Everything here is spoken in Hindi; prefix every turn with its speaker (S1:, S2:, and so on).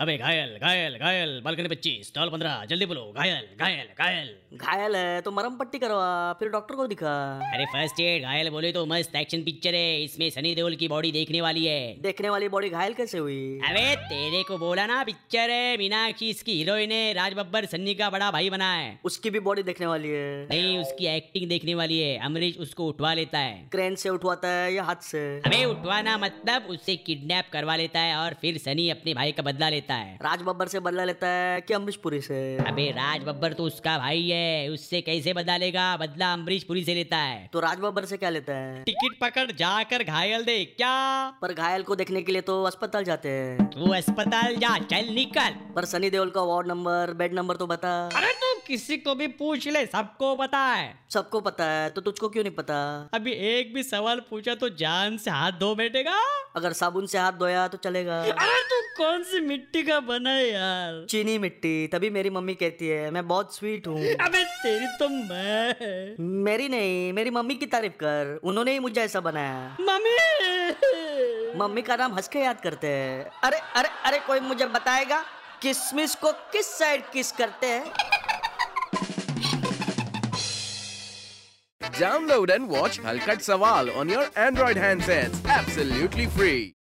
S1: अबे घायल घायल घायल बालकनी पच्चीस स्टॉल पंद्रह जल्दी बोलो घायल घायल घायल
S2: घायल है तो मरम पट्टी करवा फिर डॉक्टर को दिखा
S1: अरे फर्स्ट एड घायल बोले तो मस्त एक्शन पिक्चर है इसमें सनी देओल की बॉडी देखने वाली है
S2: देखने वाली बॉडी घायल कैसे हुई
S1: अबे तेरे को बोला ना पिक्चर है मीनाक्षी इसकी हीरोइन है राज बब्बर सन्नी का बड़ा भाई बना है
S2: उसकी भी बॉडी देखने वाली है
S1: नहीं उसकी एक्टिंग देखने वाली है अमरीश उसको उठवा लेता है
S2: क्रेन से उठवाता है या हाथ से
S1: अबे उठवाना मतलब उससे किडनैप करवा लेता है और फिर सनी अपने भाई का बदला लेता है
S2: राज बब्बर से बदला लेता है कि अमरीश पुरी से
S1: अबे राज बब्बर तो उसका भाई है उससे कैसे बदला लेगा बदला अमरीश पुरी से लेता है
S2: तो राज बब्बर से क्या लेता है
S1: टिकट पकड़ जाकर घायल दे क्या
S2: पर घायल को देखने के लिए तो अस्पताल जाते हैं
S1: तू अस्पताल जा चल निकल
S2: पर सनी देओल का वार्ड नंबर बेड नंबर तो बता
S1: अरे तू किसी को भी पूछ ले सबको पता है
S2: सबको पता है तो तुझको क्यों नहीं पता
S1: अभी एक भी सवाल पूछा तो जान से हाथ धो बैठेगा
S2: अगर साबुन से हाथ धोया तो चलेगा
S1: अरे तू कौन सी मिट्टी का बना है यार
S2: चीनी मिट्टी तभी मेरी मम्मी कहती है मैं बहुत स्वीट हूँ
S1: अबे तेरी तो मैं है।
S2: मेरी नहीं मेरी मम्मी की तारीफ कर उन्होंने ही मुझे ऐसा बनाया
S1: मम्मी
S2: मम्मी का नाम हंस के याद करते हैं अरे अरे अरे कोई मुझे बताएगा किसमिस को किस साइड किस करते हैं
S3: Download and watch Halkat Sawal on your Android handsets absolutely free.